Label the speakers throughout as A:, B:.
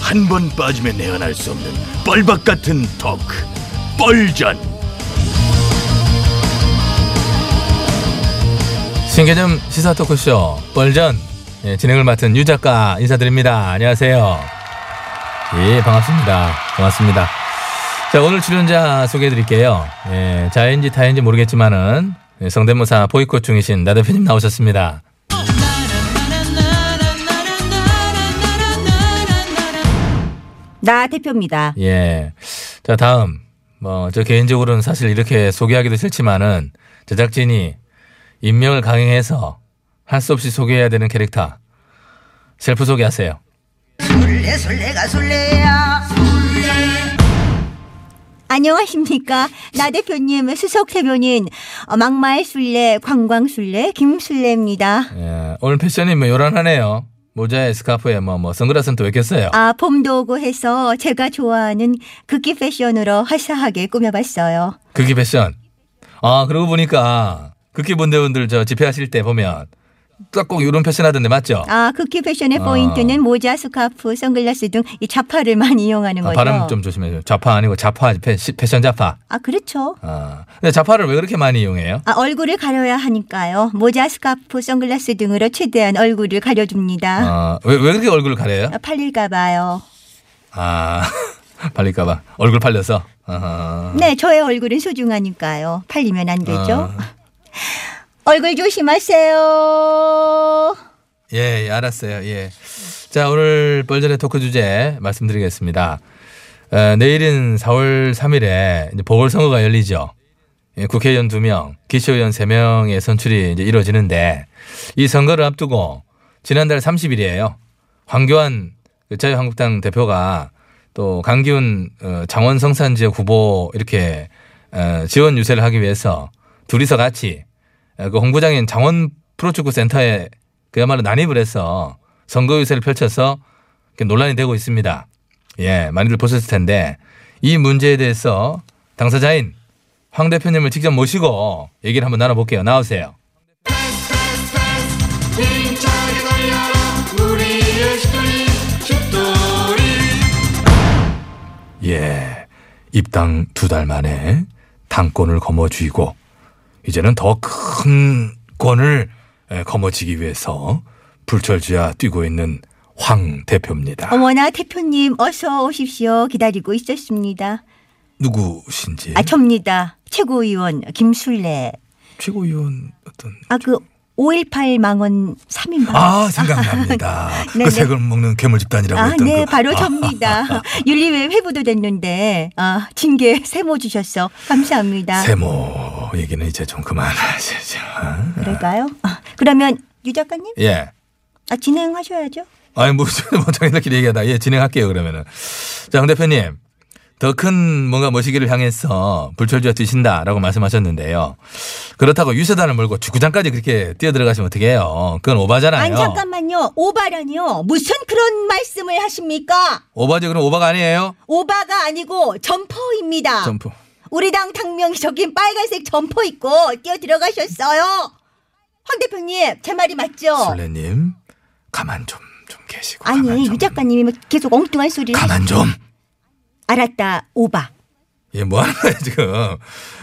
A: 한 번 빠지면 내안할 수 없는 뻘박 같은 토크 뻘전
B: 신개념 시사 토크쇼 뻘전 예, 진행을 맡은 유 작가 인사드립니다. 안녕하세요. 예, 반갑습니다. 고맙습니다. 자, 오늘 출연자 소개해드릴게요. 예, 자인지 타인지 모르겠지만은 예, 성대모사 보이콧 중이신 나 대표님 나오셨습니다.
C: 나 대표입니다.
B: 예. 자, 다음. 뭐, 저 개인적으로는 사실 이렇게 소개하기도 싫지만은 제작진이 인명을 강행해서 할 수 없이 소개해야 되는 캐릭터. 셀프 소개하세요.
D: 술래 술래가 술래야
C: 안녕하십니까. 나 대표님 수석 대변인 어, 막말 술래, 관광 술래, 김술래입니다.
B: 예. 오늘 패션이 뭐 요란하네요. 모자에 스카프에 뭐, 뭐, 선글라스는 또 왜 꼈어요?
C: 아, 봄도 오고 해서 제가 좋아하는 극기 패션으로 화사하게 꾸며봤어요.
B: 극기 패션. 아, 그러고 보니까 극기 분대원들 저 집회하실 때 보면 딱 꼭 요런 패션 하던데 맞죠?
C: 아, 극기 패션의
B: 아.
C: 포인트는 모자, 스카프, 선글라스 등 이 자파를 많이 이용하는
B: 아,
C: 거죠.
B: 발음 좀 조심해요. 좌파 아니고 자파, 패- 패션 자파.
C: 아, 그렇죠.
B: 아, 근데 자파를 왜 그렇게 많이 이용해요?
C: 아, 얼굴을 가려야 하니까요. 모자, 스카프, 선글라스 등으로 최대한 얼굴을 가려줍니다.
B: 아, 왜, 왜 그렇게 얼굴을 가려요?
C: 아, 팔릴까봐요.
B: 아, 팔릴까봐. 얼굴 팔려서. 아하.
C: 네, 저의 얼굴은 소중하니까요. 팔리면 안 되죠.
B: 아.
C: 얼굴 조심하세요.
B: 예, 예, 알았어요. 예. 자, 오늘 뻘전의 토크 주제 말씀드리겠습니다. 어, 내일인 4월 3일에 이제 보궐선거가 열리죠. 예, 국회의원 2명, 기초의원 3명의 선출이 이제 이루어지는데 이 선거를 앞두고 지난달 30일이에요. 황교안 그 자유한국당 대표가 또 강기훈 어, 장원 성산 지역 후보 이렇게 어, 지원 유세를 하기 위해서 둘이서 같이 어, 그 홍보장인 장원 프로축구 센터에 그야말로 난입을 해서 선거 유세를 펼쳐서 이렇게 논란이 되고 있습니다. 예, 많이들 보셨을 텐데 이 문제에 대해서 당사자인 황 대표님을 직접 모시고 얘기를 한번 나눠볼게요. 나오세요. 예, 입당 두 달 만에 당권을 거머쥐고 이제는 더 큰 권을 에, 거머쥐기 위해서 불철주야 뛰고 있는 황 대표입니다.
C: 어머나 대표님 어서 오십시오. 기다리고 있었습니다.
B: 누구신지
C: 아 접니다. 최고위원 김술래.
B: 최고위원 어떤
C: 아 그 5.18 망원 3인방.
B: 아 생각납니다.
C: 네네.
B: 그 색을 먹는 괴물 집단이라고 했던 그
C: 네, 바로
B: 아,
C: 접니다. 윤리회 회부도 됐는데, 아, 징계 세모 주셔서 감사합니다.
B: 세모 얘기는 이제 좀 그만하시죠.
C: 그럴까요? 아, 그러면 유 작가님,
B: 예.
C: 아, 진행하셔야죠.
B: 아니 뭐 원장님들끼리 얘기하다 예 진행할게요 그러면은 자황 대표님 더 큰 뭔가 모시기를 향해서 불철주야 뛰신다라고 말씀하셨는데요 그렇다고 유세단을 몰고 축구장까지 그렇게 뛰어 들어가시면 어떡해요 그건 오바잖아요
C: 아니 잠깐만요. 오바라니요. 무슨 그런 말씀을 하십니까?
B: 오바죠 그럼 오바가 아니에요
C: 오바가 아니고 점퍼입니다.
B: 점프
C: 우리 당 당명이 적힌 빨간색 점퍼 입고 뛰어 들어가셨어요. 황 대표님, 제 말이 맞죠?
B: 술래님 가만 좀 좀 계시고 가만
C: 어. 아니,
B: 좀.
C: 유 작가님이 뭐 계속 엉뚱한 소리를
B: 가만
C: 알았다. 오바.
B: 좀 예 뭐 하는 거예요 지금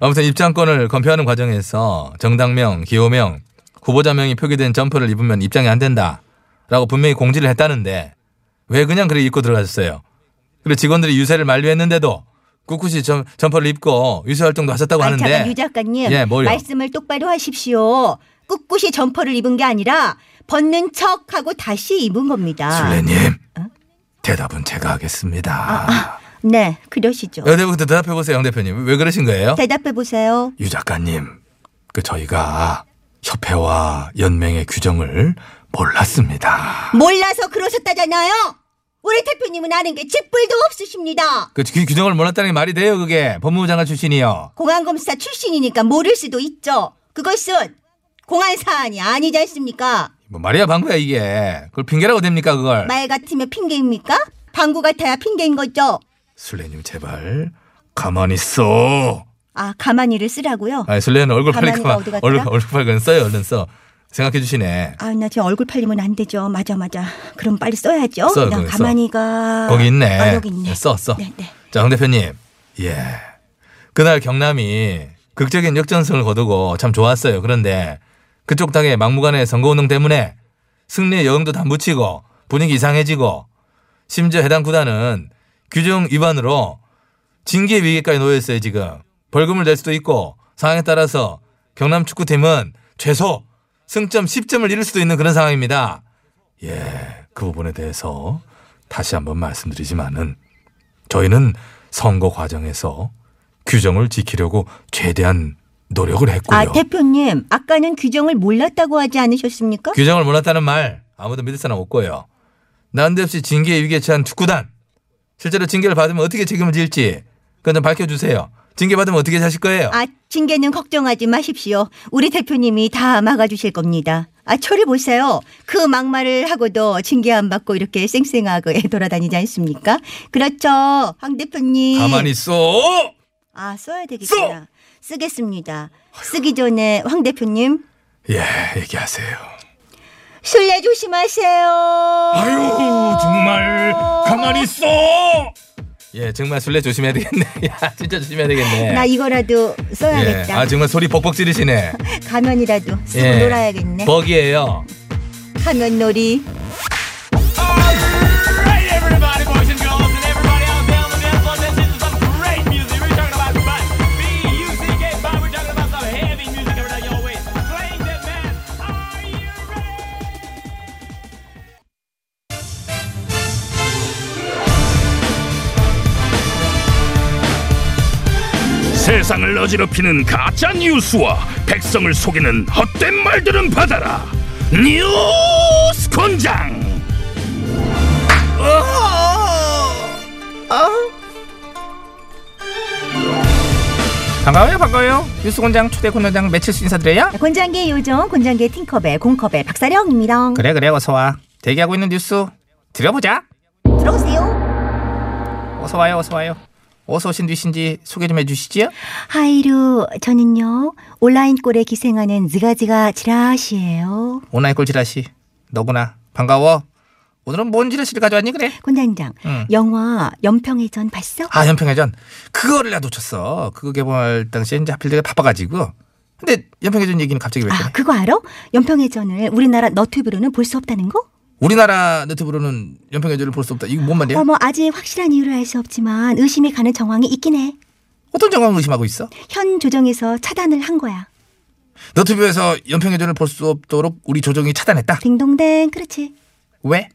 B: 아무튼 입장권을 검표하는 과정에서 정당명 기호명 후보자명이 표기된 점퍼를 입으면 입장이 안 된다라고 분명히 공지를 했다는데 왜 그냥 그래 입고 들어가셨어요? 그리고 직원들이 유세를 만류했는데도 꿋꿋이 점, 점퍼를 입고 유세 활동도 하셨다고
C: 아니,
B: 하는데
C: 잠깐 유 작가님,
B: 예, 뭐요?
C: 말씀을 똑바로 하십시오. 꿋꿋이 점퍼를 입은 게 아니라 벗는 척하고 다시 입은 겁니다.
B: 술래님
C: 어?
B: 대답은 제가 하겠습니다.
C: 네, 그러시죠.
B: 여대부터 대답해 보세요, 영 대표님. 왜 그러신 거예요?
C: 대답해 보세요.
B: 유 작가님, 그 저희가 협회와 연맹의 규정을 몰랐습니다.
C: 몰라서 그러셨다잖아요. 우리 대표님은 아는 게 짓불도 없으십니다.
B: 그 규- 규정을 몰랐다는 게 말이 돼요, 그게 법무부 장관 출신이요.
C: 공안검사 출신이니까 모를 수도 있죠. 그것은 공안 사안이 아니지 않습니까?
B: 뭐 말이야 방구야 이게. 그걸 핑계라고 됩니까 그걸?
C: 말 같으면 핑계입니까? 방구 같아야 핑계인 거죠.
B: 술래님 제발 가만히 있어.
C: 아 가만히를 쓰라고요.
B: 아니 술래는 얼굴
C: 가만히가
B: 팔릴까봐
C: 어디 갔더라?
B: 얼굴 얼굴 팔건 써요 얼른 써.
E: 생각해 주시네.
C: 아, 나 제 얼굴 팔리면 안 되죠. 맞아, 맞아. 그럼 빨리 써야죠.
E: 써요,
C: 나
E: 거기 써.
C: 가만히 가.
E: 거기 있네.
C: 아, 여기 있네.
E: 써, 써.
C: 네, 네.
E: 자, 황 대표님. 예. 그날 경남이 극적인 역전승을 거두고 참 좋았어요. 그런데 그쪽 당의 막무가내 선거운동 때문에 승리의 여흥도 단붙이고 분위기 이상해지고 심지어 해당 구단은 규정 위반으로 징계 위기까지 놓여 있어요, 지금. 벌금을 낼 수도 있고 상황에 따라서 경남 축구팀은 최소 승점 10점을 잃을 수도 있는 그런 상황입니다. 예, 그 부분에 대해서 다시 한번 말씀드리지만은 저희는 선거 과정에서 규정을 지키려고 최대한 노력을 했고요.
C: 아, 대표님, 아까는 규정을 몰랐다고 하지 않으셨습니까?
E: 규정을 몰랐다는 말 아무도 믿을 사람 없고요. 난데없이 징계에 위기에 처한 축구단 실제로 징계를 받으면 어떻게 책임을 질지 그건 좀 밝혀주세요. 징계 받으면 어떻게 하실 거예요?
C: 아, 징계는 걱정하지 마십시오. 우리 대표님이 다 막아주실 겁니다. 아, 저를 보세요. 그 막말을 하고도 징계 안 받고 이렇게 쌩쌩하게 돌아다니지 않습니까? 그렇죠. 황 대표님.
E: 가만히 있어.
C: 아, 써야 되겠구나. 쓰겠습니다. 쓰기 전에 황 대표님.
E: 예, 얘기하세요.
C: 술래 조심하세요.
A: 아유 정말 가만히 있어.
E: 예, 정말 술래 조심해야 되겠네. 야, 진짜 조심해야 되겠네.
C: 나 이거라도
E: 예,
C: 써야겠다.
E: 아 정말 소리 벅벅 지르시네.
C: 가면이라도 쓰고
E: 예.
C: 놀아야겠네.
E: 버기예요.
C: 가면놀이.
F: Hey everybody, boys and girls, and everybody else down the dance floor. This is some great music. We're talking about fun. B-U-C-K, fun. We're talking about some heavy music coming down your way. Playing that man. Are you ready?
A: 세상을 어지럽히는 가짜 뉴스와 백성을 속이는 헛된 말들은 받아라. 뉴스 권장.
B: 반가워요 반가워요 뉴스공장 초대 코너장 매칠수 인사드려요
E: 어?
C: 권장계 요정, 권장계 팅커벨, 공커벨, 박사령입니다.
B: 그래 그래 어서와 대기하고 있는 뉴스 들여보자
C: 들어오세요.
B: 어서와요 어서와요 어서 오신 뉴신지 소개 좀 해주시지요
C: 하이루, 저는요, 온라인 꼴에 기생하는 느가지가 지라시예요.
B: 온라인 꼴지라시 너구나 반가워 오늘은 뭔 지라시를 가져왔니 그래
C: 권장장,
B: 응.
C: 영화 연평의 전 봤어?
B: 아 연평해전 그거를 나 놓쳤어 그거 개봉할 당시에 이제 하필 내가 바빠가지고 근데 연평해전 얘기는 갑자기 왜
C: 아,
B: 그래
C: 그거 알아? 연평의 전을 우리나라 너튜브로는 볼 수 없다는 거?
B: 우리나라 너튜브로는 연평해전을 볼 수 없다 이거 뭔 말이야
C: 어머, 아직 확실한 이유를 알 수 없지만 의심이 가는 정황이 있긴 해.
B: 어떤 정황을 의심하고 있어
C: 현 조정에서 차단을 한 거야.
B: 너튜브에서 연평해전을 볼 수 없도록 우리 조정이 차단했다
C: 딩동댕, 그렇지.
B: 왜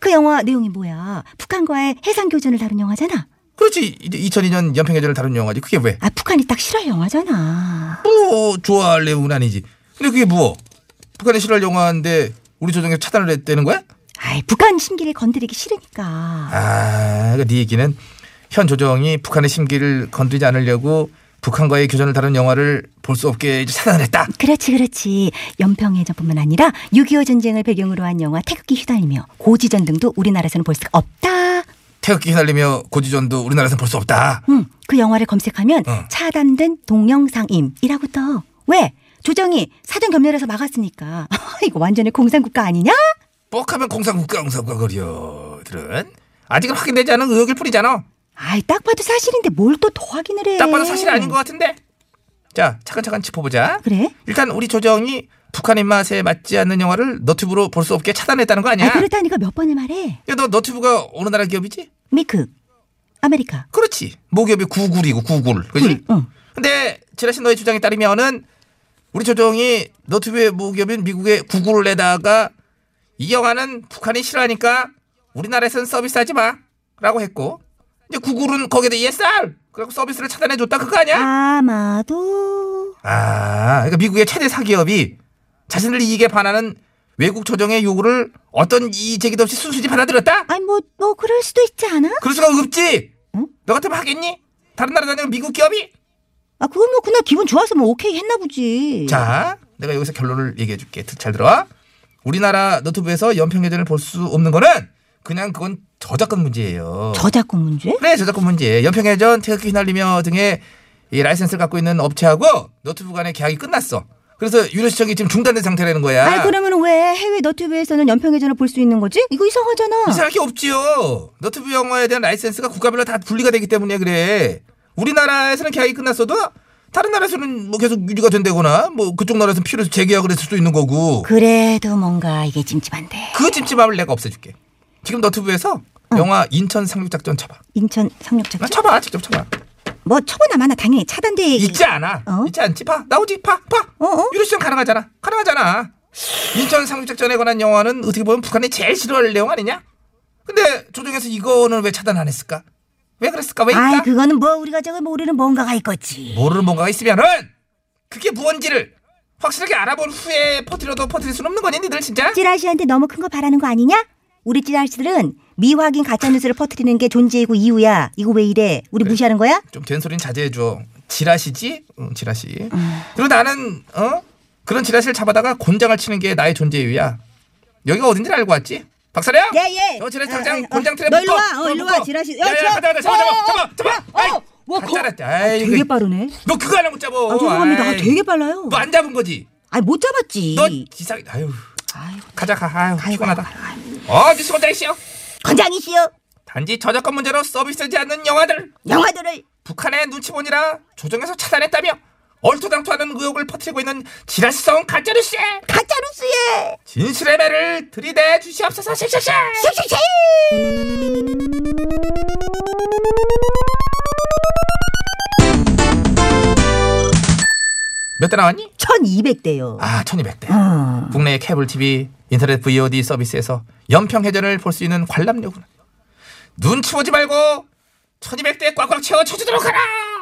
C: 그 영화 내용이 뭐야? 북한과의 해상 교전을 다룬 영화잖아.
B: 그렇지. 이제 2002년 연평해전을 다룬 영화지. 그게 왜?
C: 아, 북한이 딱 싫어할 영화잖아.
B: 뭐 좋아할 내용은 아니지. 근데 그게 뭐? 북한이 싫어할 영화인데 우리 조정에서 차단을 했다는 거야?
C: 아이, 북한 심기를 건드리기 싫으니까.
B: 아, 그네 얘기는 현 조정이 북한의 심기를 건드리지 않으려고 북한과의 교전을 다룬 영화를 볼 수 없게 이제 차단을 했다.
C: 그렇지, 그렇지. 연평해전뿐만 아니라 6.25 전쟁을 배경으로 한 영화 태극기 휘날리며 고지전 등도 우리나라에서는 볼 수가 없다.
B: 태극기 휘날리며 고지전도 우리나라에서 볼 수 없다.
C: 음, 그 영화를 검색하면
B: 응.
C: 차단된 동영상임이라고 떠. 왜? 조정이 사전 검열해서 막았으니까. 이거 완전히 공산국가 아니냐?
B: 뻑하면 공산국가 공산국가 거리들은 아직은 확인되지 않은 의혹일 뿐이잖아.
C: 아이, 딱 봐도 사실인데 뭘 또 더 확인을 해.
B: 딱 봐도 사실 아닌 것 같은데. 자, 차근차근 짚어보자.
C: 그래?
B: 일단 우리 조정이 북한 입맛에 맞지 않는 영화를 너튜브로 볼 수 없게 차단했다는 거 아니야?
C: 아, 그렇다니까 몇 번을 말해.
B: 야, 너 너튜브가 어느 나라 기업이지?
C: 미크, 아메리카.
B: 그렇지. 모기업이 구글이고 구글. 그지?
C: 응.
B: 근데 지라시 너의 주장에 따르면은 우리 조정이 너튜브의 모기업인 미국의 구글을 내다가 이 영화는 북한이 싫어하니까 우리나라에선 서비스하지 마라고 했고 이제 구글은 거기에 대해 ESR 그리고 서비스를 차단해 줬다 그거 아니야?
C: 아마도
B: 아, 그러니까 미국의 최대 사기업이 자신들 이익에 반하는 외국 조정의 요구를 어떤 이의 제기도 없이 순순히 받아들였다?
C: 아니 뭐 뭐 그럴 수도 있지 않아?
B: 그럴 수가 없지.
C: 응?
B: 너 같으면 하겠니? 다른 나라 다니는 미국 기업이?
C: 아 그건 뭐 그날 기분 좋아서 뭐 오케이 했나 보지.
B: 음. 자, 내가 여기서 결론을 얘기해 줄게. 드- 잘 들어와. 우리나라 너튜브에서 연평해전을 볼 수 없는 거는 그냥 그건 저작권 문제예요.
C: 저작권 문제?
B: 그래, 저작권 문제. 연평해전, 태극기 휘날리며 등의 이 라이센스를 갖고 있는 업체하고 너튜브 간의 계약이 끝났어. 그래서 유료 시청이 지금 중단된 상태라는 거야.
C: 아, 그러면 왜 해외 너튜브에서는 연평해전을 볼 수 있는 거지? 이거 이상하잖아.
B: 이상할 게 없지요. 너튜브 영화에 대한 라이센스가 국가별로 다 분리가 되기 때문에 그래. 우리나라에서는 계약이 끝났어도 다른 나라에서는 뭐 계속 유지가 된다거나 뭐 그쪽 나라에서는 필요해서 재계약을 했을 수도 있는 거고.
C: 그래도 뭔가 이게 찜찜한데.
B: 그 찜찜함을 내가 없애줄게. 지금 너튜브에서 영화 인천 상륙작전 쳐봐.
C: 인천 상륙작전.
B: 나 쳐봐 직접 쳐봐.
C: 뭐 처보나 마나 당연히 차단돼.
B: 있지 않아.
C: 어?
B: 있지 않지. 봐. 나오지. 봐. 봐.
C: 어, 어?
B: 유료 시청 가능하잖아. 가능하잖아. 인천 상륙작전에 관한 영화는 어떻게 보면 북한이 제일 싫어할 내용 아니냐? 근데 조정에서 이거는 왜 차단 안 했을까? 왜 그랬을까? 왜
C: 아이
B: 있다?
C: 그거는 뭐 우리가 저걸 모르는 뭔가가 있겠지.
B: 모르는 뭔가가 있으면은 그게 무언지를 확실하게 알아본 후에 퍼뜨려도 퍼뜨릴 수는 없는 거니 니들 진짜?
C: 찌라시한테 너무 큰 거 바라는 거 아니냐? 우리 찌라시들은 미확인 가짜 뉴스를 퍼뜨리는 게 존재이고 이유야. 이거 왜 이래? 우리 무시하는 거야?
B: 좀 된 소린 자제해줘. 지라시지? 응, 지라시. 그리고 나는, 어? 그런 지라시를 잡아다가 곤장을 치는 게 나의 존재 이유야. 여기가 어딘지 알고 왔지? 박사령?
C: 예, 예.
B: 너 지라시
C: 아,
B: 당장
C: 아, 아.
B: 곤장 틀에
C: 너
B: 묶어!
C: 일로 와. 어,
B: 너
C: 일로
B: 묶어.
C: 와, 지라시.
B: 야,
C: 야,
B: 야,
C: 지라-
B: 가자, 가자, 잡아,
C: 어,
B: 잡아,
C: 어,
B: 잡아,
C: 어,
B: 잡아!
C: 어, 뭐,
B: 다
C: 거-
B: 잘했다. 아이,
C: 되게
B: 이거-
C: 빠르네.
B: 너 그거 하려고 잡어.
C: 아, 죄송합니다. 아,
B: 아이.
C: 되게 빨라요.
B: 너 안 잡은 거지?
C: 아니 못 잡았지.
B: 너 지상, 아유.
C: 아이고,
B: 가자, 가. 아유,
C: 아이고,
B: 피곤하다.
C: 아이고, 아이고.
B: 어, 뉴스 권장 씨요.
C: 건장이시여.
B: 단지 저작권 문제로 서비스되지 않는 영화들
C: 영화들을
B: 북한의 눈치 보니라 조정에서 차단했다며 얼토당토하는 의혹을 퍼뜨리고 있는 지라시성 가짜뉴스
C: 가짜 뉴스에
B: 진실의 배를 들이대 주시옵소서 씩씩씩
C: 씩씩씩.
B: 몇대 나왔니?
C: 1200대요.
B: 아 1200대 국내 케이블 TV 인터넷 VOD 서비스에서 연평해전을 볼 수 있는 관람료구나 눈치 보지 말고 1200대 꽉꽉 채워 쳐주도록 하라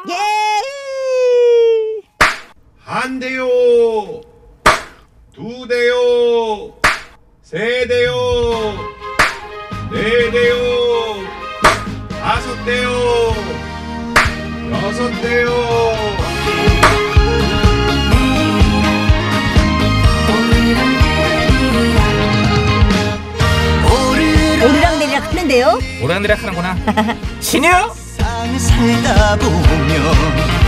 C: 예.
G: 한 대요, 두 대요, 세 대요, 네 대요, 다섯 대요, 여섯 대요.
C: 오르락 내리락 하는데요.
B: 오락내락 하는구나 신유
A: 세상을 살다 보면